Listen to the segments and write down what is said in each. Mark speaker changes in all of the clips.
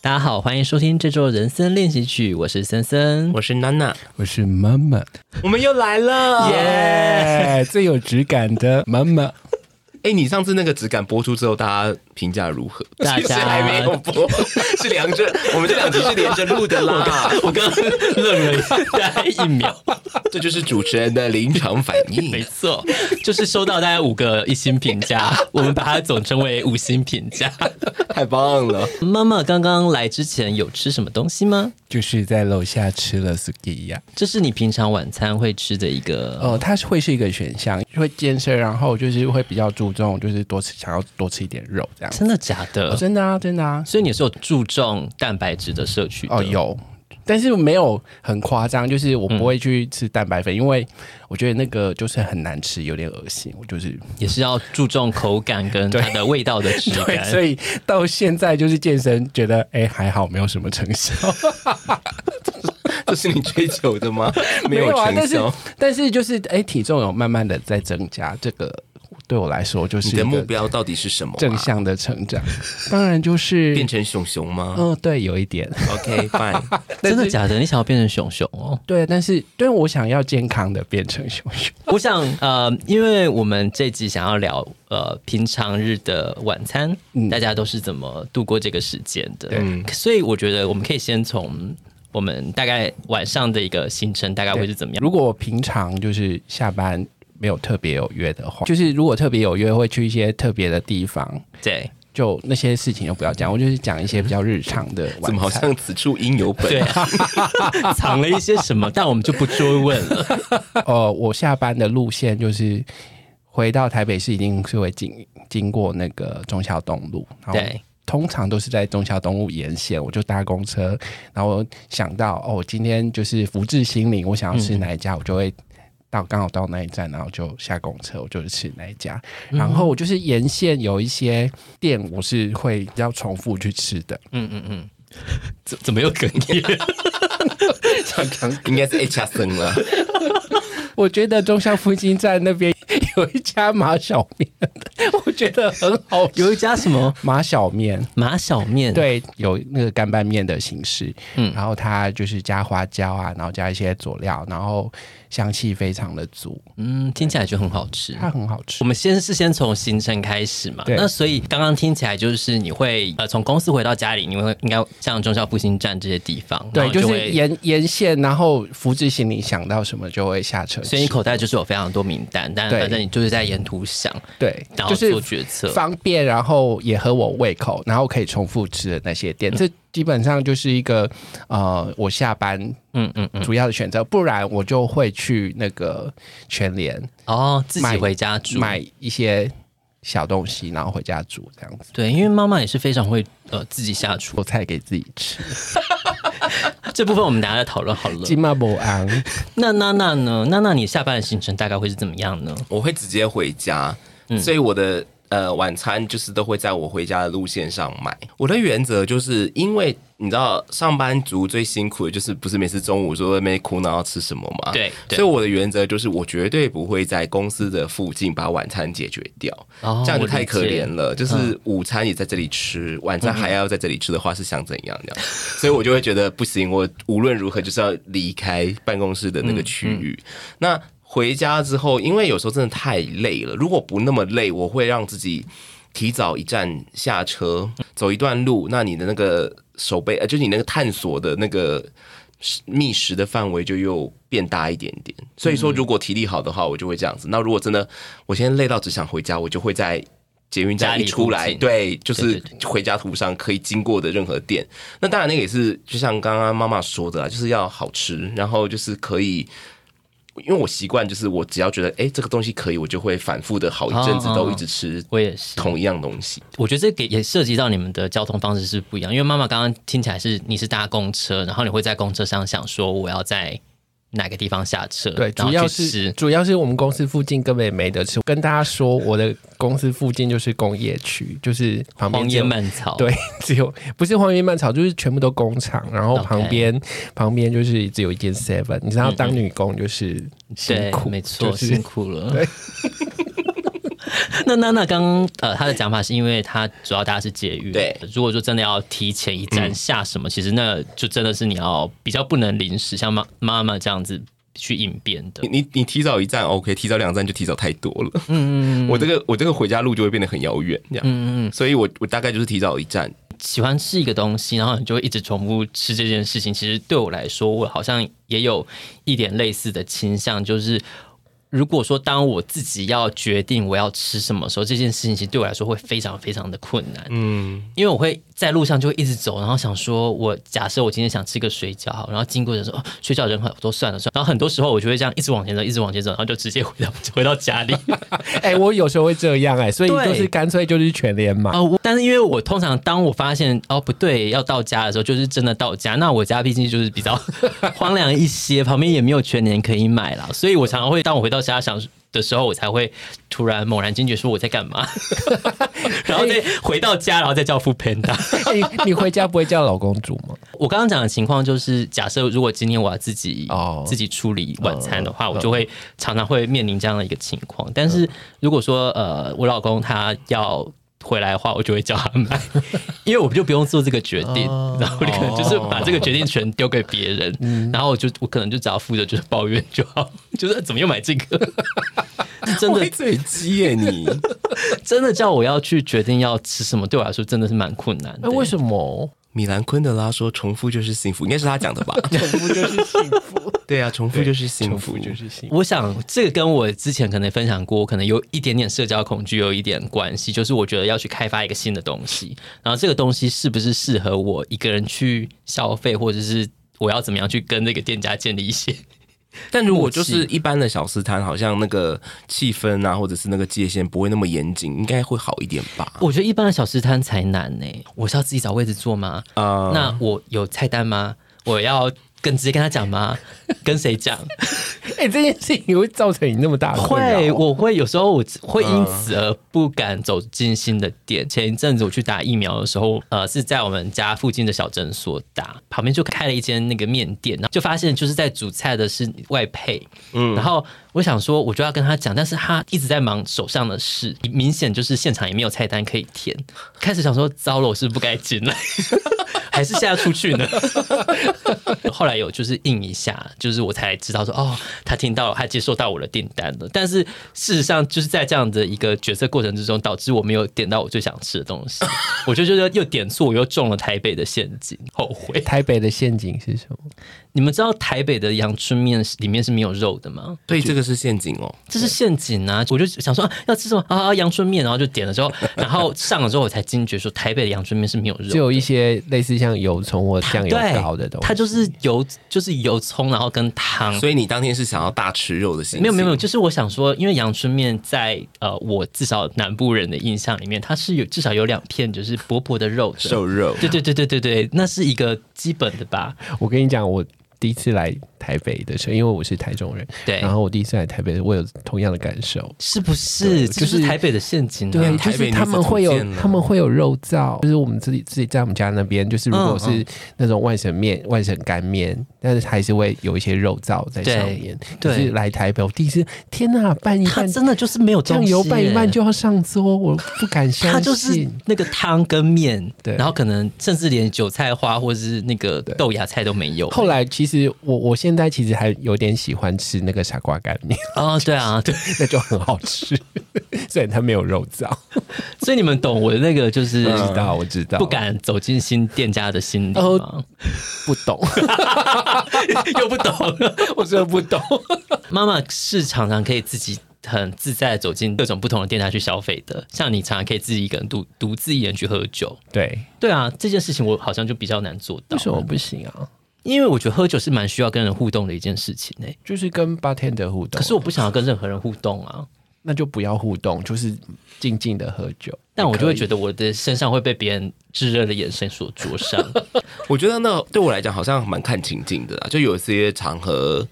Speaker 1: 大家好，欢迎收听这周的人生练习曲，我是森森。
Speaker 2: 我是娜娜，
Speaker 3: 我是妈妈，
Speaker 2: 我们又来了，耶！
Speaker 3: 耶，最有质感的妈妈。
Speaker 2: 哎，你上次那个质感播出之后，大家评价如何？
Speaker 1: 大家
Speaker 2: 是还没有播，是连着，我们这两集是连着录的啦。
Speaker 1: 我刚刚愣了大概一秒，
Speaker 2: 这就是主持人的临场反
Speaker 1: 没
Speaker 2: 应。
Speaker 1: 错，就是收到大概五个一星评价，我们把它总称为五星评 价。
Speaker 2: 太棒了！
Speaker 1: 妈妈刚刚来之前有吃什么东西吗？
Speaker 3: 就是在楼下吃了 sukiya，
Speaker 1: 这是你平常晚餐会吃的一个，
Speaker 3: 哦，它是会是一个选项，会健身，然后就是会比较注重，就是多吃，想要多吃一点肉这样。
Speaker 1: 真的假
Speaker 3: 哦
Speaker 1: 的？
Speaker 3: 真的啊，真的啊，
Speaker 1: 所以你是有注重蛋白质的摄取的
Speaker 3: 哦，有，嗯但是没有很夸张，就是我不会去吃蛋白粉，因为我觉得那个就是很难吃，有点恶心。我 就是
Speaker 1: 也是要注重口感跟它的味道的质
Speaker 3: 对，
Speaker 1: 感。
Speaker 3: 所以到现在就是健身，觉得哎、还好，没有什么成效。
Speaker 2: 这是你追求的吗？没有
Speaker 3: 啊，
Speaker 2: 成
Speaker 3: 但是
Speaker 2: 效。
Speaker 3: 但是就是哎、体重有慢慢的在增加，这个对我来说就是
Speaker 2: 你的
Speaker 3: 一个
Speaker 2: 目标到底是什么啊？
Speaker 3: 正向的成长。当然就是
Speaker 2: 变成熊熊吗
Speaker 3: 嗯、对，有一点
Speaker 2: ？OK fine，
Speaker 1: 真的假的？你想要变成熊熊哦？
Speaker 3: 对，但是对我想要健康的变成熊 熊，
Speaker 1: 我想，呃，因为我们这集想要聊，呃，平常日的晚餐，
Speaker 3: 嗯
Speaker 1: 大家都是怎么度过这个时间的？所以我觉得我们可以先从我们大概晚上的一个行程大概会是怎么样。
Speaker 3: 如果我平常就是下班没有特别有约的话，就是如果特别有约，会去一些特别的地方。
Speaker 1: 对
Speaker 3: 就那些事情就不要讲，我就是讲一些比较日常的晚餐。
Speaker 2: 怎么好像此处应有本？
Speaker 1: 对，
Speaker 3: 啊
Speaker 1: 藏了一些什么，但我们就不追 问了。
Speaker 3: 呃，我下班的路线就是回到台北市，一定是会经经过那个忠孝东路，然后
Speaker 1: 对，
Speaker 3: 通常都是在忠孝东路沿线，我就搭公车，然后想到哦，今天就是福至心灵，我想要吃
Speaker 1: 嗯
Speaker 3: 哪一家，我就会。到刚好到那一站，然后就下公车，我就是吃那一家。
Speaker 1: 嗯
Speaker 3: 然后我就是沿线有一些店，我是会比较重复去吃的。
Speaker 1: 嗯嗯嗯，怎怎么又哽咽？
Speaker 2: 应该是 H R 森了。
Speaker 3: 我觉得中校复兴站那边 有一家马小面，我觉得很 好吃。
Speaker 1: 有一家什么
Speaker 3: 马小面，
Speaker 1: 马小面？，
Speaker 3: 对，有那个干拌面的形式，嗯，然后它就是加花椒啊，然后加一些佐料，然后香气非常的足，
Speaker 1: 嗯，听起来就很好吃。
Speaker 3: 它很好吃
Speaker 1: 我。们先是先从行程开始嘛，
Speaker 3: 对
Speaker 1: 那所以刚刚听起来就是你会呃从公司回到家里，你会应该像中校复兴站这些地方，然
Speaker 3: 对，
Speaker 1: 后
Speaker 3: 就
Speaker 1: 会
Speaker 3: 是沿沿线，然后福至心里想到什么就会下车吃。
Speaker 1: 所以你口袋就是有非常多名单，但
Speaker 3: 对
Speaker 1: 反正你就是在沿途想，
Speaker 3: 对，
Speaker 1: 然后
Speaker 3: 就
Speaker 1: 做
Speaker 3: 是
Speaker 1: 决策。
Speaker 3: 方便，然后也合我胃口，然后可以重复吃的那些店，这基本上就是一个呃，我下班
Speaker 1: 嗯嗯嗯，
Speaker 3: 主要的选择。不然我就会去那个全联
Speaker 1: 哦，自己
Speaker 3: 买
Speaker 1: 回家煮。
Speaker 3: 买一些小东西，然后回家煮这样子。
Speaker 1: 对，因为妈妈也是非常会呃自己下 厨，
Speaker 3: 做菜给自己 吃，
Speaker 1: 这部分我们大家再讨论好了。
Speaker 3: 金马伯昂，
Speaker 1: 那娜娜呢？娜娜，你下班的行程大概会是怎么样呢？
Speaker 2: 我会直接回家，
Speaker 1: 嗯
Speaker 2: 所以我的呃晚餐就是都会在我回家的路线上买。我的原则就是因为你知道上班族最辛苦的就是不是每次中午说在那边苦恼要吃什么嘛？
Speaker 1: 对对
Speaker 2: 所以我的原则就是我绝对不会在公司的附近把晚餐解决掉，
Speaker 1: 哦
Speaker 2: 这样
Speaker 1: 我理
Speaker 2: 就太可
Speaker 1: 解嗯
Speaker 2: 怜了。就是午餐也在这里吃，晚餐还要在这里吃的话是想怎样这样？所以我就会觉得不行，我无论如何就是要离开办公室的那个区域。
Speaker 1: 嗯
Speaker 2: 那回家之后，因为有时候真的太累了，如果不那么累，我会让自己提早一站下车，走一段路。那你的那个手背，呃，就是你那个探索的那个觅食的范围就又变大一点点。所以
Speaker 1: 嗯
Speaker 2: 说，如果体力好的话，我就会这样子。那如果真的我现在累到只想回家，我就会在。捷运
Speaker 1: 家
Speaker 2: 站
Speaker 1: 里
Speaker 2: 一出
Speaker 1: 附
Speaker 2: 来，
Speaker 1: 近
Speaker 2: 对，就是
Speaker 1: 对对
Speaker 2: 回家途上可以经过的任何店。那当然，那个也是就像刚刚妈妈说的啦，就是要好吃，然后就是可以因为我习惯就是我只要觉得哎、诶这个东西可以，我就会反复的好一阵子
Speaker 1: 哦
Speaker 2: 都一直吃
Speaker 1: 我也是，
Speaker 2: 同一样东西。
Speaker 1: 我觉得这个也涉及到你们的交通方式是不一样，因为妈妈刚刚听起来是你是搭公车，然后你会在公车上想说我要在哪个地方下车，
Speaker 3: 对，
Speaker 1: 然
Speaker 3: 主
Speaker 1: 后
Speaker 3: 要
Speaker 1: 去
Speaker 3: 是
Speaker 1: 吃
Speaker 3: 主要是我们公司附近根本也没得吃。跟大家说，我的公司附近就是工业区，就是旁边
Speaker 1: 荒
Speaker 3: 只
Speaker 1: 野
Speaker 3: 有
Speaker 1: 蔓草，，
Speaker 3: 对，只有不是荒野蔓草，就是全部都工厂，然后
Speaker 1: OK
Speaker 3: 旁边旁边就是只有一间 Seven。你知道，当女工就是辛
Speaker 1: 对
Speaker 3: 苦，
Speaker 1: 没错，
Speaker 3: 就
Speaker 1: 辛
Speaker 3: 是
Speaker 1: 苦了
Speaker 3: 对。
Speaker 1: 那那那刚刚呃，他的讲法是因为他主要大家是捷运，
Speaker 2: 对
Speaker 1: 如果说真的要提前一站下什么，其实那就真的是你要比较不能临时像妈妈妈这样子去应变的
Speaker 2: 你。你你提早一站 OK，提早两站就提早太多了。嗯嗯，我这个我这个回家路就会变得很遥远，这样。嗯嗯，所以我我大概就是提早一站。
Speaker 1: 喜欢吃一个东西，然后你就会一直重复吃这件事情。其实对我来说，我好像也有一点类似的倾向，就是如果说当我自己要决定我要吃什么时候，这件事情其实对我来说会非常非常的困难。
Speaker 2: 嗯，
Speaker 1: 因为我会在路上就会一直走，然后想说，我假设我今天想吃个水饺，然后经过的时候，哦，水饺人很多，算了算了。然后很多时候我就会这样一直往前走，一直往前走，然后就直接回到 回到家里。
Speaker 3: 哎、我有时候会这样哎、所以
Speaker 1: 对
Speaker 3: 就是干脆就是全连嘛。
Speaker 1: 啊、我但是因为我通常当我发现哦不对，要到家的时候，就是真的到家。那我家毕竟就是比较荒凉一些，旁边也没有全年可以买啦，所以我常常会当我回到家想的时候，我才会突然猛然惊觉说我在干嘛，然后再回到家，然后再叫副 panda。
Speaker 3: 你哎你回家不会叫老公煮吗？
Speaker 1: 我刚刚讲的情况就是，假设如果今天我要自己、
Speaker 3: 哦
Speaker 1: 自己处理晚餐的话，我就会常常会面临这样的一个情况。但是如果说呃，我老公他要回来的话，我就会叫他买，因为我就不用做这个决定，然后我就可能就是把这个决定权丢给别人，然后我就我可能就只要负责就是抱怨就好， 就是哎怎么又买这个， 是真的
Speaker 2: 会嘴鸡耶你！
Speaker 1: 真的叫我要去决定要吃什么，对我来说真的是蛮困难
Speaker 3: 哎、
Speaker 1: 的。
Speaker 3: 为什么？
Speaker 2: 米兰昆德拉说：“重复就是幸福”，应该是他讲的吧？
Speaker 3: 重复就是幸福，
Speaker 2: 对啊，重复就是幸
Speaker 3: 重
Speaker 2: 福，
Speaker 3: 复就是幸福。
Speaker 1: 我想这个跟我之前可能分享过，我可能有一点点社交恐惧有一点关系，就是我觉得要去开发一个新的东西，然后这个东西是不是适合我一个人去消费，或者是我要怎么样去跟这个店家建立一些？
Speaker 2: 但如果
Speaker 1: 默契
Speaker 2: 就是一般的小吃摊，好像那个气氛啊，或者是那个界限不会那么严谨，应该会好一点吧？
Speaker 1: 我觉得一般的小吃摊才难呢、我是要自己找位置坐吗？
Speaker 2: 啊、
Speaker 1: 那我有菜单吗？我要跟直接跟他讲吗？跟谁讲？
Speaker 3: 哎、这件事情会造成你那么大的困
Speaker 1: 会，
Speaker 3: 扰哦。
Speaker 1: 我会有时候我会因此而不敢走进新的店。前一阵子我去打疫苗的时候，呃，是在我们家附近的小诊所打，旁边就开了一间那个面店，然后就发现就是在煮菜的是外配，嗯，然后我想说我就要跟他讲，但是他一直在忙手上的事，明显就是现场也没有菜单可以填。开始想说糟了，我是不是不该进来。 还是现在出去呢？ 后来有就是应一下，就是我才知道说哦，他听到了，他接收到我的订单了。但是事实上就是在这样的一个决策过程之中，导致我没有点到我最想吃的东 西，我就觉得又点错，我又中了台北的陷阱，后 悔。
Speaker 3: 台北的陷阱是什么？
Speaker 1: 你们知道台北的阳春面是里面是没有肉的吗？
Speaker 2: 所以这个是陷阱哦。
Speaker 1: 这是陷阱啊！我就想说、啊、要吃什么啊？阳春面，然后就点了之后，然后上了之后我才惊觉说台北的阳春面是没有肉
Speaker 3: 只
Speaker 1: 的。
Speaker 3: 有一些类似像油葱或酱油
Speaker 1: 对
Speaker 3: 膏的东西，
Speaker 1: 它就是油，就是油葱，然后跟汤，
Speaker 2: 所以你当天是想要大吃肉的心情？
Speaker 1: 没有没有没有，就是我想说，因为阳春面在呃，我至少南部人的印象里面，它是有至少有两片就是薄薄的肉的。
Speaker 2: 瘦肉。
Speaker 1: 对对对对对对，那是一个基本的吧？
Speaker 3: 我跟你讲，我第一次来台北的时候，因为我是台中人，
Speaker 1: 对
Speaker 3: 然后我第一次来台北，我有同样的感受。嗯
Speaker 1: 是不是？
Speaker 3: 对
Speaker 1: 这
Speaker 3: 就是是
Speaker 1: 台北的陷阱、啊。
Speaker 3: 对，
Speaker 2: 台
Speaker 3: 就
Speaker 2: 北
Speaker 3: 是
Speaker 2: 女
Speaker 3: 他
Speaker 2: 子
Speaker 3: 们
Speaker 2: 图
Speaker 3: 会有
Speaker 2: 鉴啊
Speaker 3: 他们会有肉燥，嗯就是我们自己自己在我们家那边，就是如果是那种外省面、外省干面，但是还是会有一些肉燥在上面。
Speaker 1: 对
Speaker 3: 就
Speaker 1: 对
Speaker 3: 是来台北，我第一次天呐，拌一
Speaker 1: 它
Speaker 3: 拌
Speaker 1: 真的就是没有东
Speaker 3: 酱
Speaker 1: 西
Speaker 3: 油拌一拌
Speaker 1: 耶
Speaker 3: 就要上桌，我不敢相信。
Speaker 1: 它就是那个汤跟面，
Speaker 3: 对
Speaker 1: 然后可能甚至连韭菜花或者是那个豆芽菜都没有。
Speaker 3: 后来其实我我现在其实还有点喜欢吃那个傻瓜干面，
Speaker 1: 哦，对啊，对，
Speaker 3: 那就很好吃， 虽然它没有肉燥。
Speaker 1: 所以你们懂我的那个就是
Speaker 3: 我嗯知道，我知道，
Speaker 1: 嗯不敢走进新店家的心里
Speaker 3: 哦
Speaker 1: 吗？
Speaker 3: 不懂，
Speaker 1: 又不懂。
Speaker 3: 我真的不懂。
Speaker 1: 妈妈是常常可以自己很自在地走进各种不同的店家去消费的，像你常常可以自己一个人独独自一人去喝酒。
Speaker 3: 对，
Speaker 1: 对啊，这件事情我好像就比较难做到
Speaker 3: 为，什么不行啊？
Speaker 1: 因为我觉得喝酒是蛮需要跟人互动的一件事情诶、欸
Speaker 3: 就是跟 bartender 互动，
Speaker 1: 可是我不想要跟任何人互动啊，
Speaker 3: 那就不要互动，就是静静的喝酒。
Speaker 1: 但我就会
Speaker 3: 也可
Speaker 1: 觉
Speaker 3: 以
Speaker 1: 得我的身上会被别人炙热的眼神所灼伤。
Speaker 2: 我觉得那对我来讲好像蛮看情境的啦，就有些场合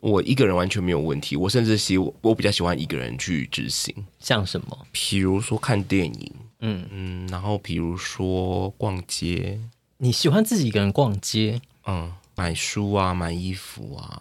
Speaker 2: 我一个人完全没有问题，我甚至喜我比较喜欢一个人去执行，
Speaker 1: 像什么？
Speaker 2: 比如说看电影，
Speaker 1: 嗯
Speaker 2: 嗯，然后比如说逛街，
Speaker 1: 你喜欢自己一个人逛街？
Speaker 2: 嗯，买书啊，买衣服啊，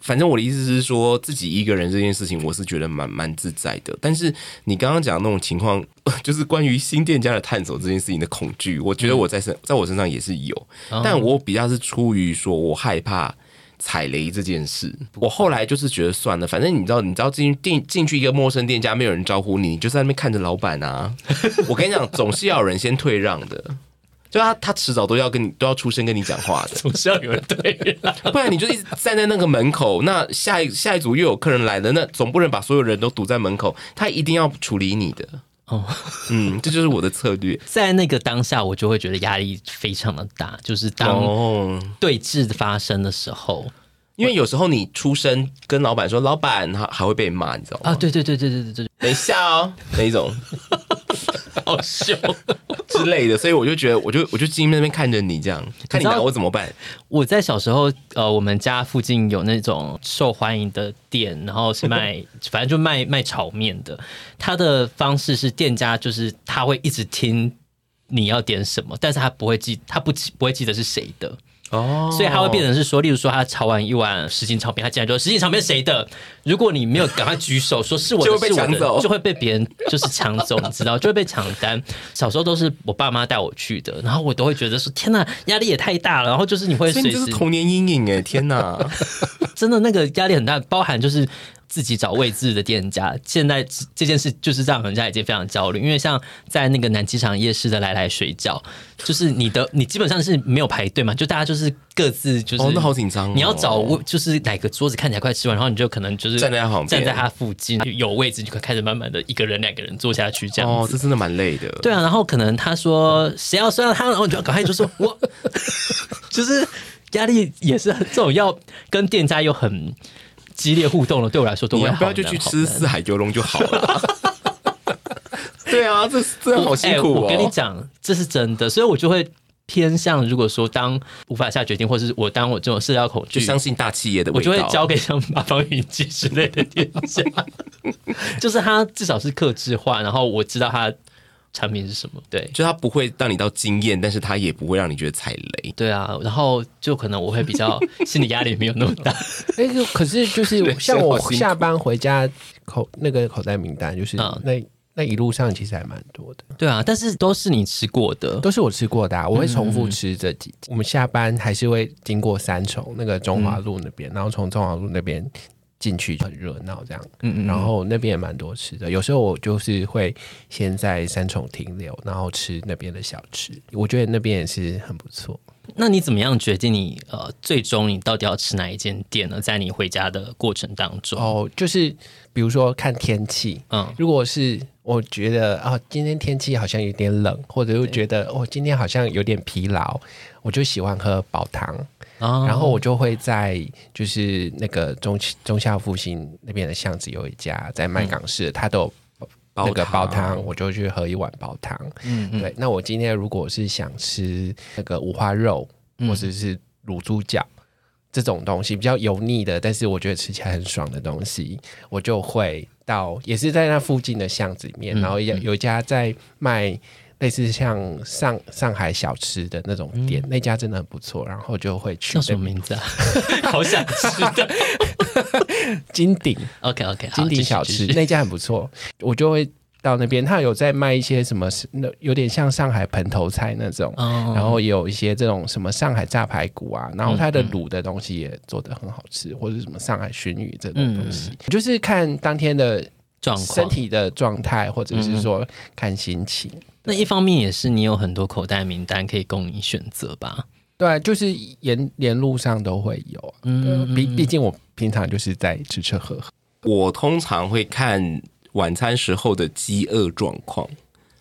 Speaker 2: 反正我的意思是说，自己一个人这件事情，我是觉得蛮蛮自在的。但是你刚刚讲的那种情况， 就是关于新店家的探索这件事情的恐惧，我觉得我在身在我身上也是有，但我比较是出于说我害怕。踩雷这件事，我后来就是觉得算了，反正你知道，你知道进进进去一个陌生店家，没有人招呼你，你就在那边看着老板啊。我跟你讲，总是要有人先退让的，就他他迟早都要跟你都要出声跟你讲话的，
Speaker 1: 总是要有人对人啊。
Speaker 2: 不然你就一直站在那个门口，那下一下一组又有客人来了，那总不能把所有人都堵在门口，他一定要处理你的。
Speaker 1: 哦，
Speaker 2: 嗯，这就是我的策略。
Speaker 1: 在那个当下，我就会觉得压力非常的大，就是 当
Speaker 2: 哦，
Speaker 1: 对峙发生的时候
Speaker 2: 因为有时候你出声跟老板说，老板还还会被骂，你知道吗？
Speaker 1: 啊，对对对对对对对，
Speaker 2: 等一下哦，那一种。
Speaker 1: 好凶。
Speaker 2: 之类的，所以我就觉得，我就我就静静在那边看着你这样，看
Speaker 1: 你知
Speaker 2: 你拿
Speaker 1: 道
Speaker 2: 我怎么办。
Speaker 1: 我在小时候，呃，我们家附近有那种受欢迎的店，然后是卖， 反正就卖卖炒面的。他的方式是店家就是他会一直听你要点什么，但是他不会记，他不记不会记得是谁的，
Speaker 2: 哦
Speaker 1: 所以他会变成是说，例如说他炒完一碗十斤炒面，他竟然说十斤炒面谁的？如果你没有赶快举手说是我的，
Speaker 2: 就会被
Speaker 1: 是我的
Speaker 2: 抢走
Speaker 1: 就会被别人就是抢 走，你知道，就会被抢单。小时候都是我爸妈带我去的，然后我都会觉得说天呐，压力也太大了。然后就是你会
Speaker 2: 哦所
Speaker 1: 随
Speaker 2: 以
Speaker 1: 时
Speaker 2: 你这是童年阴影哎，天哪！
Speaker 1: 真的那个压力很大，包含就是自己找位置的店家。现在这这件事就是让人家已经非常焦虑，因为像在那个南机场夜市的来来水饺，就是你的你基本上是没有排队嘛，就大家就是各自就是，
Speaker 2: 哦，那好紧张哦。
Speaker 1: 你要找位就是哪个桌子看起来快吃完，然后你就可能就是
Speaker 2: 站在他旁边
Speaker 1: 站在他附近有位置，你就可以开始慢慢的一个人两个人坐下去这样
Speaker 2: 哦，
Speaker 1: 子。
Speaker 2: 这真的蛮累的。
Speaker 1: 对啊，然后可能他说谁要算到他，然后你就赶快就说 我，就是压力也是很这种要跟店家有很激烈互动的，对我来说都
Speaker 2: 你
Speaker 1: 会
Speaker 2: 要不要
Speaker 1: 好
Speaker 2: 就
Speaker 1: 难
Speaker 2: 去
Speaker 1: 好
Speaker 2: 吃
Speaker 1: 难
Speaker 2: 四海游龙就好了？对啊，这真的好辛
Speaker 1: 哎
Speaker 2: 苦
Speaker 1: 我跟你
Speaker 2: 哦。
Speaker 1: 讲，这是真的，所以我就会偏向，如果说当无法下决定，或是我当我这种社交恐惧。
Speaker 2: 就相信大企业的
Speaker 1: 我
Speaker 2: 味道，
Speaker 1: 就会交给像八方云集之类的店家， 就是他至少是克制化，然后我知道他产品是什么。对，
Speaker 2: 就他不会让你到惊艳，但是他也不会让你觉得踩雷。
Speaker 1: 对啊，然后就可能我会比 较心理压力没有那么大。
Speaker 3: 那个可是哎就是
Speaker 2: 人生
Speaker 3: 像
Speaker 2: 好
Speaker 3: 我
Speaker 2: 辛苦
Speaker 3: 下班回家口那个口袋名单，就是
Speaker 1: 嗯
Speaker 3: 那那一路上其实还蛮多的，
Speaker 1: 对啊，但是都是你吃过的，
Speaker 3: 都是我吃过的、啊，我会重
Speaker 1: 嗯
Speaker 3: 复吃这几。我们下班还是会经过三重那个中华路那边，然后从中华路那边进去很热闹这样，
Speaker 1: 嗯
Speaker 3: 然后那边也蛮多吃的。有时候我就是会先在三重停留，然后吃那边的小吃，我觉得那边也是很不错。
Speaker 1: 那你怎么样决定你呃最终你到底要吃哪一间店呢？在你回家的过程当中，
Speaker 3: 哦，就是比如说看天气，
Speaker 1: 嗯
Speaker 3: 如果是我觉得啊、今天天气好像有点冷，或者又觉得哦，今天好像有点疲劳，我就喜欢喝煲汤，
Speaker 1: 啊
Speaker 3: 然后我就会在就是那个中中校复兴那边的巷子有一家在卖港式的，它都有。那个煲汤，我就去喝一碗煲汤。
Speaker 1: 嗯嗯
Speaker 3: 对，那我今天如果是想吃那个五花肉，
Speaker 1: 嗯
Speaker 3: 或者是卤猪脚这种东西比较油腻的，但是我觉得吃起来很爽的东西，我就会到也是在那附近的巷子里
Speaker 1: 嗯
Speaker 3: 面，然后有有一家在卖类似像上上海小吃的那种店，那家真的很不错，然后就会去
Speaker 1: 嗯叫什么名字啊？ 好想吃的。
Speaker 3: 金鼎
Speaker 1: OK OK，好，
Speaker 3: 金
Speaker 1: 继
Speaker 3: 鼎
Speaker 1: 续
Speaker 3: 小
Speaker 1: 继
Speaker 3: 吃
Speaker 1: 续
Speaker 3: 那家很不错，我就会到那边，他有在卖一些什么，那有点像上海盆头菜那种，
Speaker 1: 哦，
Speaker 3: 然后也有一些这种什么上海炸排骨啊，然后它
Speaker 1: 嗯
Speaker 3: 的卤的东西也做的很好吃，或者是什么上海鲟鱼这种东西，就是看当天的
Speaker 1: 嗯状
Speaker 3: 身
Speaker 1: 况。嗯
Speaker 3: 体的状态，或者是说看心情。
Speaker 1: 那一方面也是你有很多口袋名单可以供你选择吧？
Speaker 3: 对啊，就是沿沿路上都会有啊，嗯，毕毕竟我平常就是在吃吃喝喝，
Speaker 2: 我通常会看晚餐时候的饥饿状况，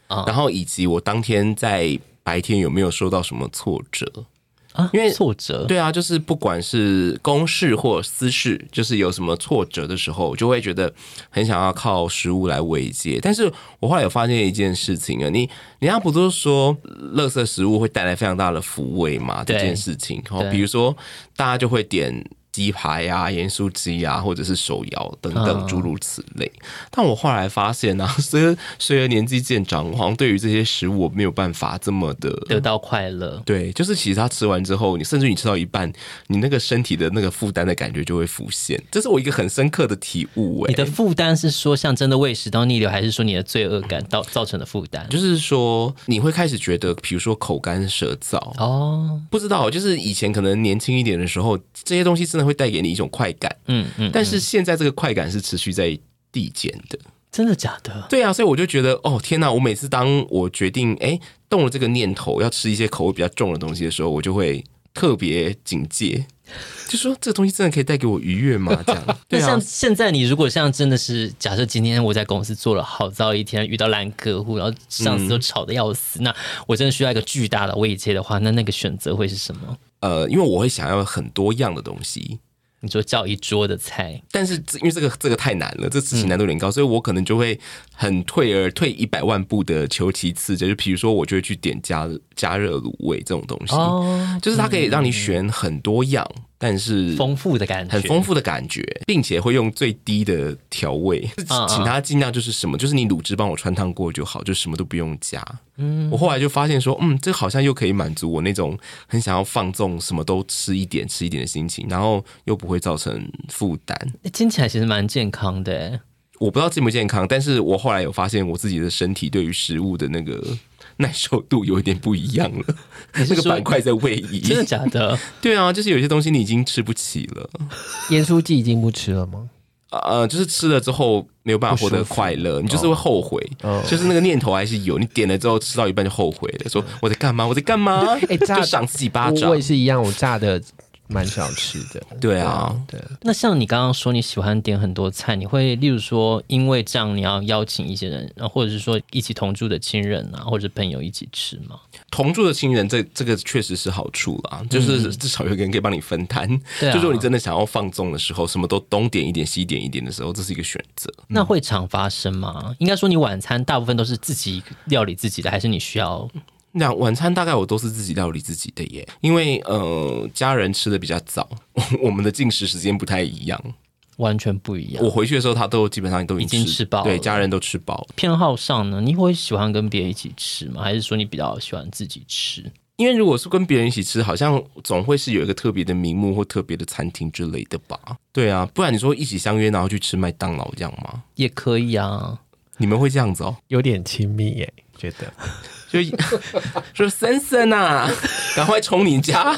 Speaker 1: 啊
Speaker 2: 然后以及我当天在白天有没有受到什么挫折。
Speaker 1: 啊，
Speaker 2: 因为
Speaker 1: 挫折，
Speaker 2: 对啊，就是不管是公事或私事，就是有什么挫折的时候，我就会觉得很想要靠食物来慰藉。但是我后来有发现一件事情啊，你人家不都说，垃圾食物会带来非常大的抚慰嘛？
Speaker 1: 对
Speaker 2: 这件事情，然后哦
Speaker 1: 对
Speaker 2: 比如说大家就会点鸡排呀、盐酥鸡呀、或者是手摇等等
Speaker 1: 嗯
Speaker 2: 诸如此类。但我后来发现啊， 随着随着年纪渐长，我好像对于这些食物我没有办法这么的
Speaker 1: 得到快乐。
Speaker 2: 对，就是其实它吃完之后，你甚至你吃到一半，你那个身体的那个负担的感觉就会浮现，这是我一个很深刻的体悟、欸。
Speaker 1: 你的负担是说像真的胃食道逆流，还是说你的罪恶感造造成的负担？
Speaker 2: 就是说，你会开始觉得，比如说口干舌燥，
Speaker 1: 哦，
Speaker 2: 不知道，就是以前可能年轻一点的时候，这些东西真的会带给你一种快感，
Speaker 1: 嗯嗯，
Speaker 2: 但是现在这个快感是持续在递减的。
Speaker 1: 真的假的？
Speaker 2: 对啊，所以我就觉得，哦天哪！我每次当我决定哎动了这个念头，要吃一些口味比较重的东西的时候，我就会特别警 戒，就说这东西真的可以带给我愉悦吗？这样
Speaker 1: 那
Speaker 2: 对啊
Speaker 1: 像。现在你如果像真的是，假设今天我在公司做了好糟一天，遇到烂客户，然后上
Speaker 2: 嗯
Speaker 1: 司都吵得要死，那我真的需要一个巨大的慰藉的话，那那个选择会是什么？
Speaker 2: 呃，因为我会想要很多样的东西，
Speaker 1: 你说叫一桌的菜，
Speaker 2: 但是这因为这个这个太难了，这事情难度有
Speaker 1: 嗯
Speaker 2: 点高，所以我可能就会很退而退一百万步的求其次，就是比如说我就会去点加加热卤味这种东西，
Speaker 1: 哦，
Speaker 2: 就是它可以让你选很多样，但是
Speaker 1: 丰富的感觉，
Speaker 2: 很丰富的感觉，并且会用最低的调味，
Speaker 1: 嗯
Speaker 2: 请他尽量就是什么，就是你卤汁帮我穿烫过就好，就什么都不用加。嗯，我后来就发现说，嗯，这好像又可以满足我那种很想要放纵，什么都吃一点吃一点的心情，然后又不会造成负担。
Speaker 1: 欸听起来其实蛮健康的欸。
Speaker 2: 我不知道健不健康，但是我后来有发现我自己的身体对于食物的那个 耐受度有一点不一样了，
Speaker 1: 是
Speaker 2: 那个
Speaker 1: 说
Speaker 2: 板块在位 移。
Speaker 1: 真的假的？
Speaker 2: 对啊，就是有些东西你已经吃不起了。
Speaker 3: 盐酥鸡已经不吃了吗？
Speaker 2: 呃，就是吃了之后没有办法获得快乐，
Speaker 3: 嗯
Speaker 2: 你就是会后悔，就是那个念头还是有。你点了之后吃到一半就后悔了，说我在干嘛？我在干嘛？
Speaker 3: 嗯 哎炸
Speaker 2: 就赏自己巴
Speaker 3: 我
Speaker 2: 掌
Speaker 3: 我也。是一样，我炸的蛮少吃的。
Speaker 2: 对啊，
Speaker 3: 对，
Speaker 1: 那像你刚刚说你喜欢点很多菜，你会例如说因为这样你要邀请一些人，呃或者是说一起同住的亲人啊，或者朋友一起吃吗？
Speaker 2: 同住的亲人这这个确实是好处啦，
Speaker 3: 嗯
Speaker 2: 就是 至少有一个人可以帮你分摊。
Speaker 1: 对啊
Speaker 2: 就如果你真的想要放纵的时候，什么都东点一点西点一点的时候，这是一个选择。
Speaker 1: 那会常发生吗？应该说你晚餐大部分都是自己料理自己的，还是你需要？
Speaker 2: 那晚餐大概我都是自己料理自己的耶，因为呃家人吃的比较早， 我们的进食时间不太一样。
Speaker 1: 完全不一样
Speaker 2: 我。回去的时候，他都基本上都已
Speaker 1: 已
Speaker 2: 经
Speaker 1: 经吃饱
Speaker 2: 对，
Speaker 1: 了
Speaker 2: 家人都吃饱了。
Speaker 1: 偏好上呢，你会喜欢跟别人一起吃吗？还是说你比较喜欢自己吃？
Speaker 2: 因为如果是跟别人一起吃，好像总会是有一个特别的名目或特别的餐厅之类的吧？对啊，不然你说一起相约然后去吃麦当劳这样吗？
Speaker 1: 也可以啊，
Speaker 2: 你们会这样子哦？
Speaker 3: 有点亲密耶、觉得
Speaker 2: 就 说森森啊，赶快从你家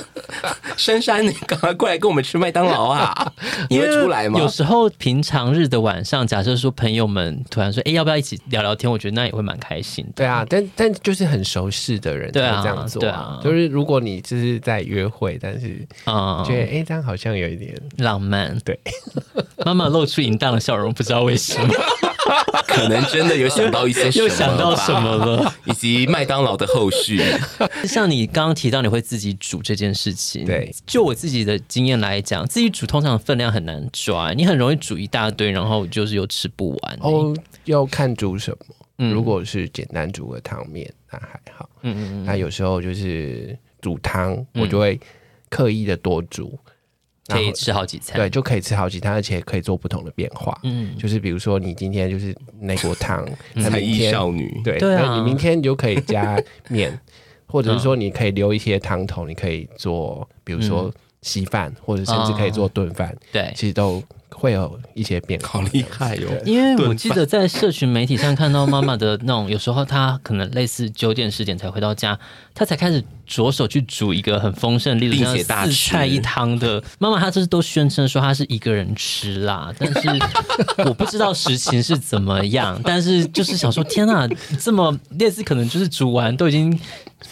Speaker 2: 深山，你赶快过来跟我们吃麦当劳啊！你会出来吗
Speaker 1: 有？时候平常日的晚上，假设说朋友们突然说：“哎、要不要一起聊聊天？”我觉得那也会蛮开心的。
Speaker 3: 对啊，但但就是很熟识的人才
Speaker 1: 对啊
Speaker 3: 会这样做、
Speaker 1: 对啊
Speaker 3: 就是如果你就是在约会，但是
Speaker 1: 啊、
Speaker 3: 觉得哎、诶这样好像有一点
Speaker 1: 浪漫。
Speaker 3: 对，
Speaker 1: 妈妈露出淫荡的笑容，不知道为什么，
Speaker 2: 可能真的有想到 一些什么
Speaker 1: 又想到
Speaker 2: 吧
Speaker 1: 什么，了？
Speaker 2: 以及麦当劳的后续。
Speaker 1: 像你刚刚提到你会自己煮这件事情，
Speaker 3: 对，
Speaker 1: 就我自己的经验来讲，自己煮通常分量很难抓，你很容易煮一大堆，然后就是又吃不完、哎
Speaker 3: 哦，嗯要看煮什么。如果是简单煮个汤面，那还好。嗯嗯嗯。嗯那有时候就是煮汤，我就会刻意的多煮，
Speaker 1: 可
Speaker 3: 然
Speaker 1: 以
Speaker 3: 后
Speaker 1: 吃好几餐。
Speaker 3: 对，就可以吃好几餐，而且可以做不同的变化。
Speaker 1: 嗯
Speaker 3: 就是比如说，你今天就是那锅汤，那
Speaker 2: 才
Speaker 3: 明
Speaker 2: 艺
Speaker 3: 天
Speaker 2: 少女，
Speaker 3: 对，
Speaker 1: 对啊嗯
Speaker 3: 那你明天你就可以加面，或者是说你可以留一些汤头，你可以做，比如说稀饭，或者甚至可以
Speaker 1: 哦
Speaker 3: 做炖饭，
Speaker 1: 对，
Speaker 3: 其实都会有一些变化。
Speaker 2: 好厉害哟、哦！
Speaker 1: 因为我记得在社群媒体上看到妈妈的那种，有时候她可能类似九点十点才回到家，她才开始着手去煮一个很丰盛，例如
Speaker 2: 并
Speaker 1: 像
Speaker 2: 且大
Speaker 1: 四
Speaker 2: 吃
Speaker 1: 菜一汤的。妈妈她这是都宣称说她是一个人吃啦，但 是我不知道实情是怎么样，但是就是想说，天呐，这么类似可能就是煮完都已经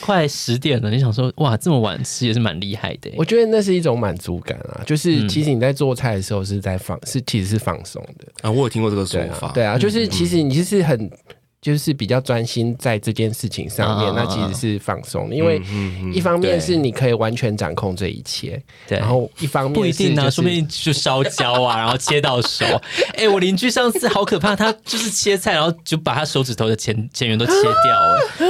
Speaker 1: 快十点了，你想说哇，这么晚吃也是蛮厉害的欸、
Speaker 3: 我觉得那是一种满足感啊，
Speaker 1: 嗯
Speaker 3: 就是其实你在做菜的时候是在放，是其实是放松的，
Speaker 2: 啊，我有听过这个说
Speaker 3: 对
Speaker 2: 法
Speaker 3: 啊，，对啊，
Speaker 1: 嗯
Speaker 3: 就是其实你就是很。就是比较专心在这件事情上面，
Speaker 1: 啊
Speaker 3: 那其实是放松，因
Speaker 1: 嗯
Speaker 3: 为一方面是你可以完全掌控这一切，
Speaker 1: 对
Speaker 3: 然后一方面
Speaker 1: 不一定
Speaker 3: 呢，
Speaker 1: 啊，说不定就烧焦啊，然后切到手。哎、我邻居上次好可怕，他就是切菜，然后就把他手指头的前前缘都切掉、哎，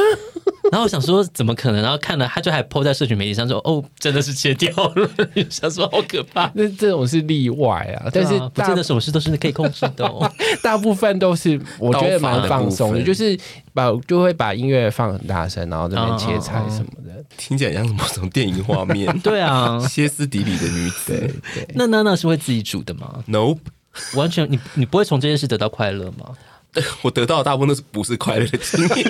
Speaker 1: 然后我想说怎么可能？然后看了他就还 PO 在社群媒体上说哦，真的是切掉了， 想说好可怕。
Speaker 3: 那这种是例外啊，但是
Speaker 1: 对啊不
Speaker 3: 大
Speaker 1: 见得什么事都是可以控制的 哦。？
Speaker 3: 大部分都是我觉得蛮放
Speaker 2: 刀
Speaker 3: 松
Speaker 2: 法的部分
Speaker 3: 的，就是把就会把音乐放很大声，然后这边切菜什么的。
Speaker 2: 听起来像什么什么电影画面
Speaker 1: 对啊，
Speaker 2: 歇斯底里的女子
Speaker 1: 那娜娜是会自己煮的吗？
Speaker 2: ，Nope，
Speaker 1: 完全，你你不会从这件事得到快乐 吗？
Speaker 2: 我得到的大部分都是不是快乐的经验，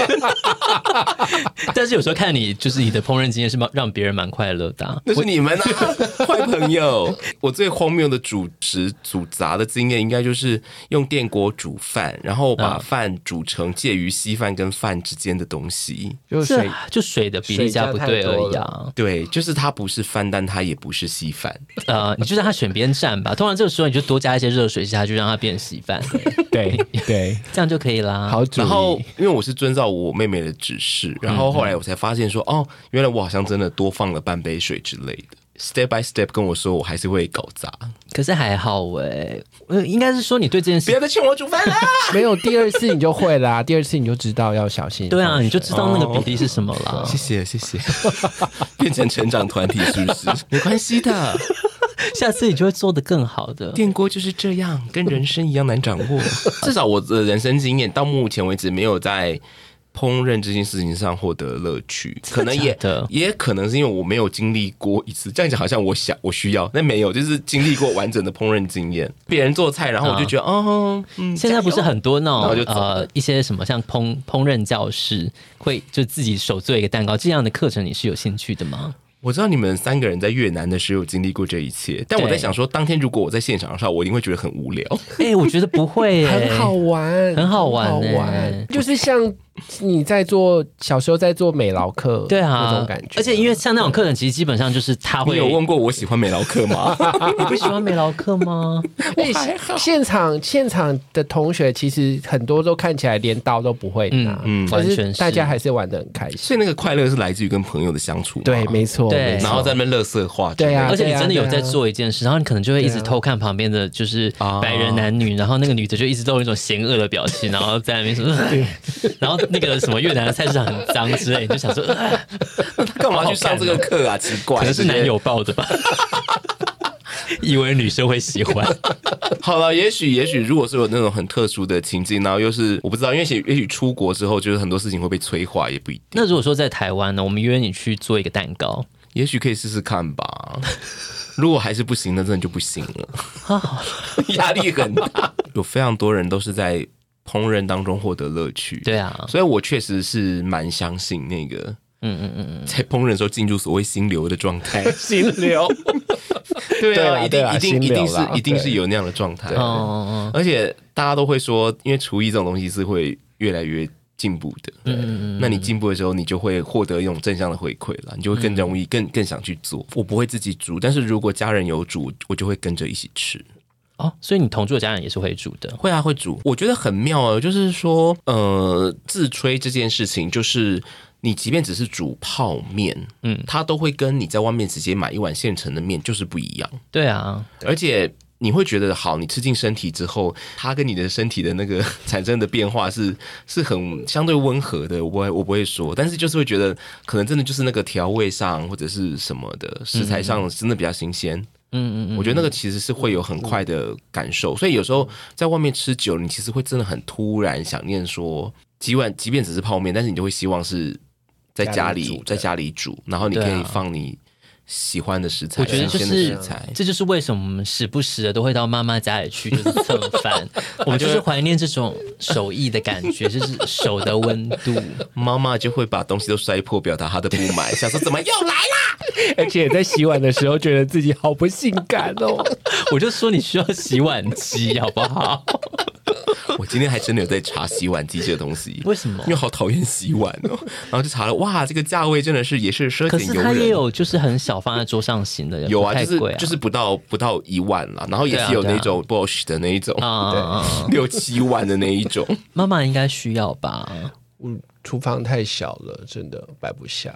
Speaker 1: 但是有时候看你就是你的烹饪经验是蛮让别人蛮快乐的啊、
Speaker 2: 那是你们 啊，坏朋友。我最荒谬的主食煮杂的经验，应该就是用电锅煮饭，然后
Speaker 1: 啊
Speaker 2: 把饭煮成介于稀饭跟饭之间的东西。
Speaker 3: 就是
Speaker 1: 是
Speaker 3: 水
Speaker 1: 啊就水的比例加不对而已啊。
Speaker 2: 对，就是它不是饭，但它也不是稀饭。
Speaker 1: 呃，你就让它选边站吧。通常这个时候你就多加一些热水下去，让它变稀饭，
Speaker 3: 对对，
Speaker 1: 这样就可以啦。
Speaker 3: 好主意。
Speaker 2: 然后，因为我是遵照我妹妹的指示，然后后来我才发现说，哦，原来我好像真的多放了半杯水之类的。Step by step 跟我说，我还是会搞 砸。
Speaker 1: 可是还好哎、呃，应该是说你对这件
Speaker 2: 不
Speaker 1: 事，
Speaker 2: 要再劝我煮饭啦！
Speaker 3: 没有第二次你就会啦，第二次你就知道要小心。
Speaker 1: 对啊，你就知道那
Speaker 2: 哦
Speaker 1: 个比例是什么啦。
Speaker 2: 谢谢谢谢， 变成成长团体是不是？没关系的，
Speaker 1: 下次你就会做得更好的。
Speaker 2: 电锅就是这样，跟人生一样难掌握。 至少我的人生经验到目前为止没有在。烹饪这件事情上获得乐趣，可能也
Speaker 1: 假的
Speaker 2: 也可能是因为我没有经历过一次。这样讲好像我想我需要，但没有，就是经历过完整的烹饪经验。别人做菜，然后我就觉得，哦，嗯，
Speaker 1: 现在不是很多那
Speaker 2: 那我就
Speaker 1: 种
Speaker 2: 走了
Speaker 1: 呃一些什么像烹烹饪教室会就自己手做一个蛋糕这样的课程，你是有兴趣的吗？
Speaker 2: 我知道你们三个人在越南的时候有经历过这一切，但我在
Speaker 1: 对
Speaker 2: 想说，当天如果我在现场的话，我一定会觉得很无聊。
Speaker 1: 哎、我觉得不会、欸耶
Speaker 3: 很好玩，
Speaker 1: 很好玩
Speaker 3: 很好
Speaker 1: 欸
Speaker 3: 玩，就是像你在做小时候在做美劳课，
Speaker 1: 对啊，
Speaker 3: 那种感觉。
Speaker 1: 而且因为像那种课程，其实基本上就是他
Speaker 2: 你
Speaker 1: 会啊
Speaker 2: 有问过我喜欢美劳课吗？
Speaker 1: 你不喜欢美劳课吗？
Speaker 3: 哎现场现场的同学其实很多都看起来连刀都不会拿，
Speaker 1: 嗯嗯
Speaker 3: 但
Speaker 1: 完全是
Speaker 3: 大家还是玩的很开心。
Speaker 2: 所以那个快乐是来自于跟朋友的相处嘛。
Speaker 3: 对，没错，
Speaker 1: 对
Speaker 3: 没错
Speaker 2: 然后在那边乐色化之类的，
Speaker 3: 对啊
Speaker 1: 而且你真的有在做一件事，然后你可能就会一直
Speaker 3: 对啊
Speaker 1: 偷看旁边的就是
Speaker 2: 啊
Speaker 1: 白人男女，然后那个女的就一直都有一种嫌恶的表情，然后在那边 说，呃然后那个什么越南的菜市场很脏之类，你就想说，呃
Speaker 2: 干嘛去上这个课啊？奇怪，
Speaker 1: 可能是男友抱的吧。 以为女生会喜欢，
Speaker 2: 这些。好了，也许也许如果是有那种很特殊的情境，然后又是我不知道，因为也许也许出国之后，就是很多事情会被催化，也不一定。
Speaker 1: 那如果说在台湾呢，我们约你去做一个蛋糕
Speaker 2: 也许可以试试看吧。如果还是不行，那真的就不行了，压力很大。有非常多人都是在烹饪当中获得乐趣，
Speaker 1: 对啊
Speaker 2: 所以我确实是蛮相信那个，嗯嗯嗯嗯，在烹饪的时候进入所谓心流的状 态，
Speaker 3: 心流，
Speaker 2: 对
Speaker 3: 对
Speaker 2: 啊，
Speaker 3: 啦
Speaker 2: 一
Speaker 3: 对
Speaker 2: 定
Speaker 3: 啦
Speaker 2: 一定一
Speaker 3: 心流
Speaker 2: 定是
Speaker 3: 啦
Speaker 2: 一定是
Speaker 3: 对
Speaker 2: 有那样的状态，嗯
Speaker 1: 哦，
Speaker 2: 而且大家都会说，因为厨艺这种东西是会越来越进步的，嗯嗯那你进步的时候，你就会获得一种正向的回馈了，你就会更容易、更更想去做。我不会自己煮，但是如果家人有煮，我就会跟着一起吃。
Speaker 1: 哦，所以你同住的家人也是会煮的，
Speaker 2: 会啊，会煮。我觉得很妙哦，就是说，呃，自吹这件事情，就是你即便只是煮泡面，嗯，它都会跟你在外面直接买一碗现成的面就是不一样。
Speaker 1: 对啊，
Speaker 2: 而且你会觉得好，你吃进身体之后，它跟你的身体的那个 产生的变化是是很相对温和的。我不会我不会说，但是就是会觉得可能真的就是那个调味上或者是什么的食材上真的比较新鲜。
Speaker 1: 嗯嗯嗯，
Speaker 2: 我觉得那个其实是会有很快的感受，所以有时候在外面吃久了，你其实会真的很突然想念说，即碗即便只是泡面，但是你就会希望是在家
Speaker 3: 家里煮
Speaker 2: 里
Speaker 3: 的
Speaker 2: 在家里煮，然后你可
Speaker 1: 对
Speaker 2: 以
Speaker 1: 啊
Speaker 2: 放你喜欢的食材，
Speaker 1: 我觉得就
Speaker 2: 新鲜的
Speaker 1: 是
Speaker 2: 食材，
Speaker 1: 这就是为什么我们时不时的都会到妈妈家里去，就是蹭饭。我们就是怀念这种手艺的感觉，就是手的温度。
Speaker 2: 妈妈就会把东西都摔破，表达她的不满，想说怎么又来 啦？
Speaker 3: 而且在洗碗的时候觉得自己好不性感哦。
Speaker 1: 我就说你需要洗碗机，好不好？
Speaker 2: 我今天还真的有在查洗碗机这个东西，
Speaker 1: 为什么
Speaker 2: 因为好讨厌洗碗哦。然后就查了，哇，这个价位真的是也是奢
Speaker 1: 可
Speaker 2: 俭
Speaker 1: 是
Speaker 2: 由
Speaker 1: 它也
Speaker 2: 人。哦
Speaker 1: 有就是很小放在桌上型的，
Speaker 2: 有
Speaker 1: 不
Speaker 2: 啊，
Speaker 1: 太
Speaker 2: 就是
Speaker 1: 贵啊，
Speaker 2: 就是不到不到一万啦，然后也
Speaker 1: 对啊
Speaker 2: 是有
Speaker 1: 对啊
Speaker 2: 那种 Bosch 的那一种，
Speaker 1: 啊啊啊啊
Speaker 2: 六七万的那一 种。
Speaker 1: 妈妈应该需要吧？
Speaker 3: 嗯，厨房太小了，真的摆不下。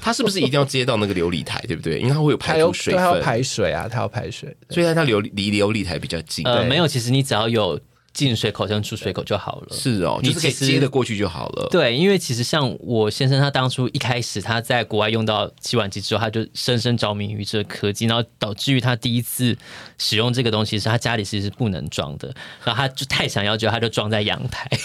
Speaker 2: 它是不是一定要接到那个琉璃台，对不对？因为它会有
Speaker 3: 它
Speaker 2: 排
Speaker 3: 有
Speaker 2: 出水
Speaker 3: 对，它要
Speaker 2: 分，
Speaker 3: 排水啊，它要排水。
Speaker 2: 所以它它琉璃离琉璃台比较近。
Speaker 1: 呃，
Speaker 3: 对
Speaker 1: 没有，其实你只要有进水口跟出水口就好了。
Speaker 2: 是哦，就是可以
Speaker 1: 你其实
Speaker 2: 接得过去就好了。
Speaker 1: 对，因为其实像我先生，他当初一开始他在国外用到洗碗机之后，他就深深着迷于这个科技，然后导致于他第一次使用这个东西是他家里其实是不能装的，然后他就太想要，就他就装在阳台。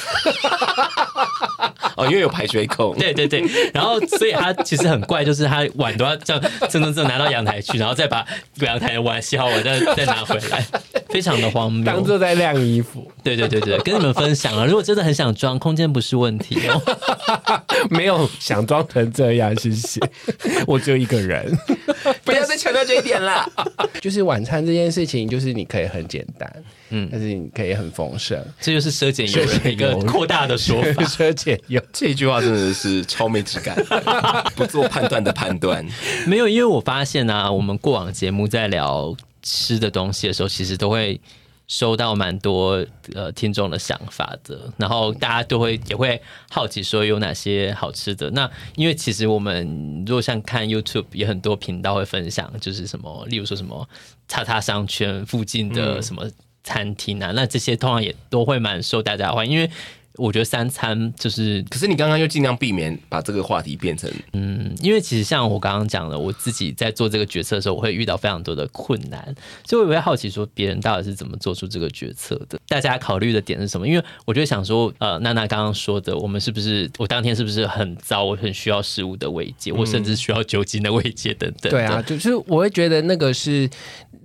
Speaker 2: 哦，因为有排水 孔。
Speaker 1: 对对对，然后所以他其实很怪，就是他碗都要这样蹭蹭蹭拿到阳台去，然后再把阳台的碗洗好碗再再拿回来，非常的荒谬。
Speaker 3: 当做在晾衣服，
Speaker 1: 对对对对，跟你们分享啊了。如果真的很想装，空间不是问题哦。
Speaker 3: 没有想装成这样，谢谢。 我只有一个 人，
Speaker 2: 不要再强调这一点啦。
Speaker 4: 就是晚餐这件事情，就是你可以很简单，嗯，但是你可以很丰 盛，
Speaker 1: 这就是 奢俭由人的一个扩大的说法。
Speaker 3: 奢且有
Speaker 2: 这句话真的是超没质 感，不做判断的判断。
Speaker 1: 没有，因为我发现啊，我们过往节目在聊吃的东西的时候，其实都会收到蛮多呃听众的想法的，然后大家都会也会好奇说有哪些好吃的。那因为其实我们如果像看 YouTube 也很多频道会分享，就是什么，例如说什么叉叉商圈附近的什么餐厅啊，那这些通常也都会蛮受大家欢迎，因为我觉得三餐就是
Speaker 2: 可是你刚刚又尽量避免把这个话题变成
Speaker 1: 嗯，因为其实像我刚刚讲的，我自己在做这个决策的时候，我会遇到非常多的困难，所以我也会好奇说别人到底是怎么做出这个决策的，大家考虑的点是什么？因为我就想说，呃，娜娜刚刚说的，我们是不是我当天是不是很糟，我很需要食物的慰藉，我甚至需要酒精的慰藉等等。
Speaker 3: 对啊，，就是我会觉得那个是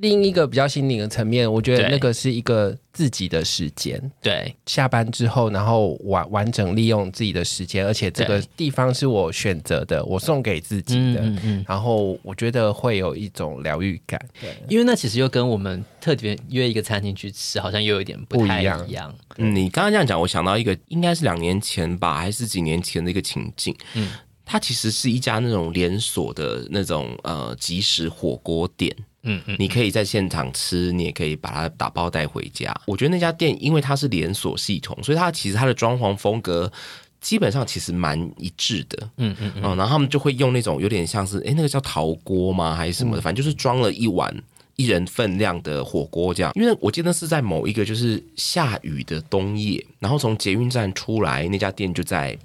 Speaker 3: 另一个比较心灵的层面，我觉得
Speaker 1: 对
Speaker 3: 那个是一个自己的时间。
Speaker 1: 对
Speaker 3: 下班之后，然后完完整利用自己的时间，而且这个
Speaker 1: 对
Speaker 3: 地方是我选择的，我送给自己的，
Speaker 1: 嗯嗯嗯
Speaker 3: 然后我觉得会有一种疗愈感。
Speaker 1: 因为那其实又跟我们特别约一个餐厅去吃，好像又有点不太
Speaker 3: 不一样
Speaker 1: 一样。
Speaker 2: 嗯，你刚刚这样讲，我想到一个，应该是两年前吧，还是几年前的一个情境。嗯，它其实是一家那种连锁的那种呃即食火锅店。嗯嗯，你可以在现场吃，你也可以把它打包带回家。我觉得那家店，因为它是连锁系统，所以它其实它的装潢风格基本上其实蛮一致的。嗯嗯嗯然后他们就会用那种有点像是，诶，那个叫陶锅吗？还是什么的？反正就是装了一碗一人份量的火锅这样。因为我记得是在某一个就是下雨的冬夜，然后从捷运站出来，那家店就在。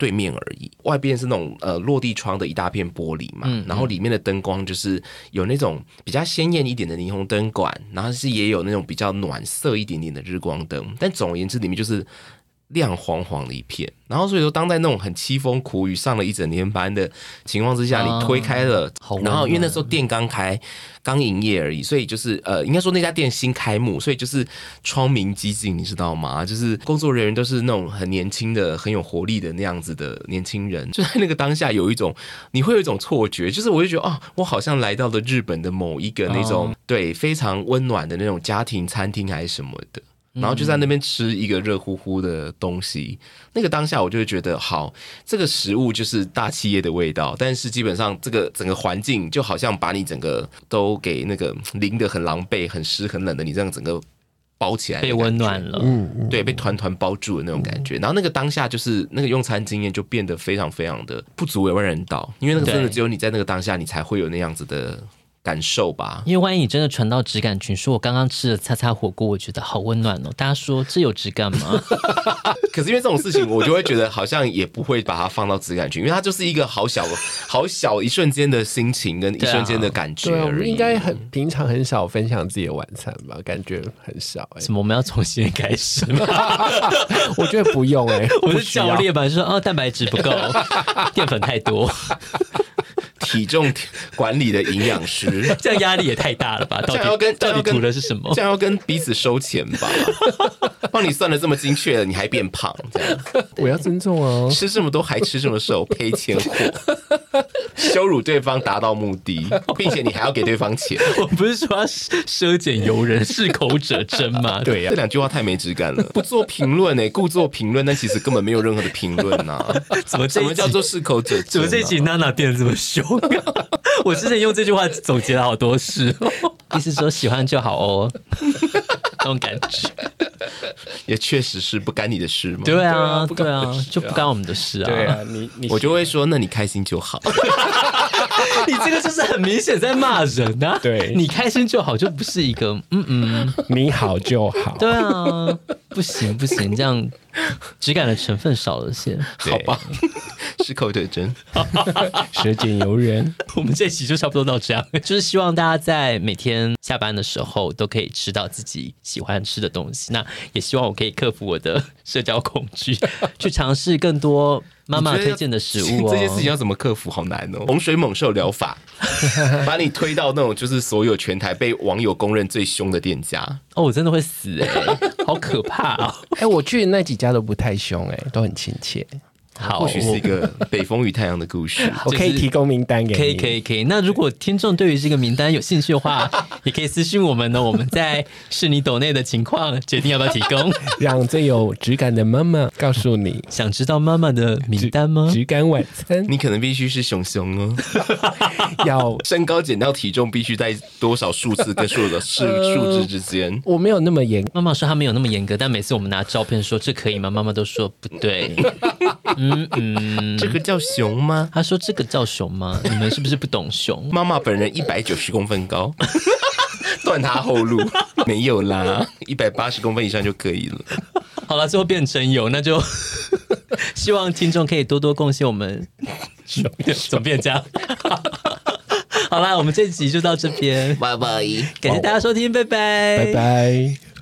Speaker 2: 对面而已，外边是那种呃落地窗的一大片玻璃嘛，然后里面的灯光就是有那种比较鲜艳一点的霓虹灯管，然后是也有那种比较暖色一点点的日光灯，但总而言之，里面就是亮晃晃的一片。然后所以说，当在那种很凄风苦雨上了一整天班的情况之下，
Speaker 1: 啊
Speaker 2: 你推开了，
Speaker 1: 好温
Speaker 2: 然后因为
Speaker 1: 暖
Speaker 2: 那时候店刚开，刚营业而已，所以就是呃，应该说那家店新开幕，所以就是窗明几净，你知道吗？就是工作人员都是那种很年轻的、很有活力的那样子的年轻人，就在那个当下有一种你会有一种错觉，就是我就觉得哦，我好像来到了日本的某一个那
Speaker 1: 哦
Speaker 2: 种、对非常温暖的那种家庭餐厅还是什么的。然后就在那边吃一个热乎乎的东西，那个当下我就会觉得，好，这个食物就是大企业的味道，但是基本上这个整个环境就好像把你整个都给那个淋得很狼狈、很湿、很冷的，你这样整个包起来的
Speaker 1: 被
Speaker 2: 感觉
Speaker 1: 温暖了，
Speaker 2: 对，被团团包住的那种感觉。然后那个当下就是那个用餐经验就变得非常非常的不足为外人道，因为那个真的
Speaker 1: 对
Speaker 2: 只有你在那个当下，你才会有那样子的感受吧。
Speaker 1: 因为万一你真的传到质感群，说我刚刚吃了擦擦火锅，我觉得好温暖哦。大家说这有质感吗？
Speaker 2: 可是因为这种事情，我就会觉得好像也不会把它放到质感群，因为它就是一个好小、好小一瞬间的心情跟一
Speaker 1: 对啊
Speaker 2: 瞬间的感觉
Speaker 3: 对啊，我
Speaker 2: 而
Speaker 3: 们
Speaker 2: 已。
Speaker 3: 应该很平常很少分享自己的晚餐吧，感觉很少哎、
Speaker 1: 什么？我们要从现在开始吗？
Speaker 3: 我觉得不用哎、
Speaker 1: 我
Speaker 3: 不
Speaker 1: 是
Speaker 3: 需要
Speaker 1: 教练吧？就说哦，蛋白质不够，淀粉太多，。
Speaker 2: 体重管理的营养 师
Speaker 1: 这样压力也太大了吧？到
Speaker 2: 这样要
Speaker 1: 底
Speaker 2: 跟
Speaker 1: 到底
Speaker 2: 这样要跟
Speaker 1: 图的是什么
Speaker 2: 这？样要跟彼此收钱吧？帮你算的这么精确了，你还变胖，这样
Speaker 3: 我要尊重哦。
Speaker 2: 吃这么多还吃这么瘦，赔钱货，羞辱对方达到目的，并且你还要给对方钱，
Speaker 1: 我不是说要奢奢俭由人，适口者真 吗？
Speaker 3: 对
Speaker 2: 啊
Speaker 3: 呀、
Speaker 2: 这两句话太没质感了。 不做评论 呢，故作评论，但其实根本没有任何的评论呐。
Speaker 1: 怎么这
Speaker 2: 什
Speaker 1: 一
Speaker 2: 么
Speaker 1: 集
Speaker 2: 叫做适口者
Speaker 1: 怎
Speaker 2: 真啊、
Speaker 1: 么这一集娜娜变得这么凶、啊我之前用这句话总结了好多事，意思说喜欢就好哦，那种感觉。
Speaker 2: 也确实是不干你的事嘛。
Speaker 1: 对啊，
Speaker 3: 不干
Speaker 1: 对啊，就不干我们的事啊。
Speaker 3: 对啊，你你
Speaker 2: 我就会说，那你开心就好。
Speaker 1: 你这个就是很明显在骂人啊。
Speaker 3: 对
Speaker 1: 你开心就好，就不是一个嗯嗯，
Speaker 3: 你好就 好，
Speaker 1: 对啊，不行不行，这样质感的成分少了些。
Speaker 2: 好吧，矢口对针。
Speaker 3: 学俭由人。
Speaker 1: 我们这期就差不多到这样，就是希望大家在每天下班的时候都可以吃到自己喜欢吃的东西。那也希望我可以克服我的 社交恐惧，去尝试更多妈妈推荐的食物哦。
Speaker 2: 这件事情要怎 么克服？好难哦！洪水猛兽疗法， 把你推到那种就是所有全台被网友公认最凶的店家。
Speaker 1: 哦，我真的会死哎、好可怕哦！
Speaker 3: 哎、我去那几家都不太凶、哎，都很亲切。
Speaker 1: 好，
Speaker 2: 或许是
Speaker 1: 我
Speaker 2: 一个北风与太阳的故事。
Speaker 3: 我可以提供名单给你，
Speaker 1: 可以可以可以。那如果听众对于这个名单有兴趣的 话，也可以私信我们哦呢。我们在是你抖内的情况决定要不要提供。
Speaker 3: 让最有质感的妈妈告诉你
Speaker 1: 想知道妈妈的名单吗？
Speaker 3: 质感晚餐
Speaker 2: 你可能必须是熊熊哦，
Speaker 3: 要。
Speaker 2: 身高减掉体重必须在多少数字跟数的数数字之间。
Speaker 3: 我没有那么严，
Speaker 1: 妈妈说她没有那么严格，但每次我们拿照片说这可以吗？妈妈都说不 对。
Speaker 2: 这个叫熊吗？
Speaker 1: 她说这个叫熊吗？你们是不是不懂熊？
Speaker 2: 妈妈本人一百九十公分高，断她后路。没有啦，一百八十公分以上就可以了。
Speaker 1: 好了，最后变成有，那就 希望听众可以多多贡献我们。怎么变 这样？好啦，我们这集就到这边，
Speaker 2: 拜拜。
Speaker 1: 感谢大家收听，拜拜，
Speaker 3: 拜拜。